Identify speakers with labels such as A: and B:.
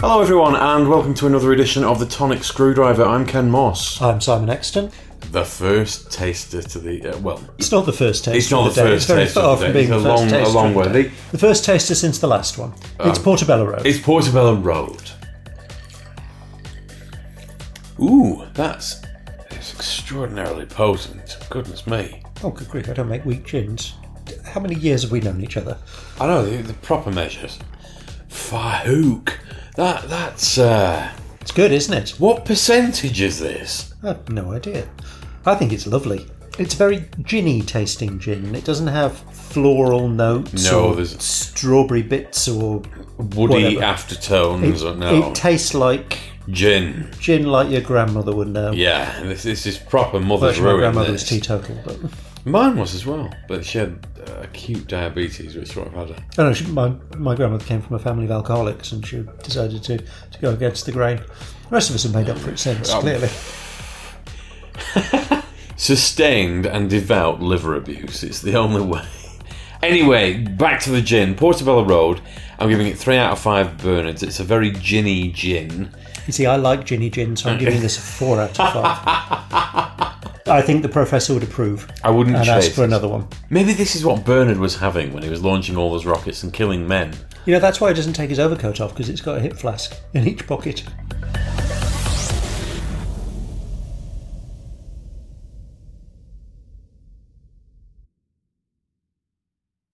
A: Hello, everyone, and welcome to another edition of the Tonic Screwdriver. I'm Ken Moss.
B: I'm Simon Exton.
A: The first taster to the uh, well,
B: It's not the first taste.
A: It's not
B: of
A: the
B: day.
A: first
B: It's very
A: taste
B: far
A: of the
B: from
A: day.
B: being
A: It's
B: the
A: a
B: first
A: long-
B: taste
A: a long
B: of the
A: way. Uh,
B: day. The first taster since the last one. it's Portobello Road.
A: it's Portobello Road. Ooh, that's it's extraordinarily potent. Goodness me!
B: oh, good grief! I don't make weak gins. How many years have we known each other?
A: I know the, the proper measures. Fahook. That that's uh,
B: It's good, isn't it?
A: what percentage is this?
B: I have no idea. I think it's lovely. It's very ginny tasting gin. It doesn't have floral notes
A: No,
B: or
A: there's-
B: strawberry bits or
A: Woody
B: Whatever.
A: aftertones or no?
B: It tastes like
A: Gin.
B: gin, like your grandmother would know.
A: Yeah, this, this is proper mother's
B: Actually, my
A: ruin.
B: grandmother
A: this.
B: was teetotal, but
A: Mine was as well, but she had uh, acute diabetes, which sort of had a.
B: I don't know. She, my my grandmother came from a family of alcoholics, and she decided to, to go against the grain. The rest of us have made up for it since,
A: Um,
B: clearly.
A: Sustained and devout liver abuse. It's the only way. Anyway, back to the gin. Portobello Road. I'm giving it three out of five burners. It's a very ginny gin.
B: You see, I like ginny gin, so I'm giving this a four out of five. I think the professor would approve
A: I wouldn't
B: and
A: chase.
B: ask for another one.
A: Maybe this is what Bernard was having when he was launching all those rockets and killing men.
B: You know, that's why he doesn't take his overcoat off because it's got a hip flask in each pocket.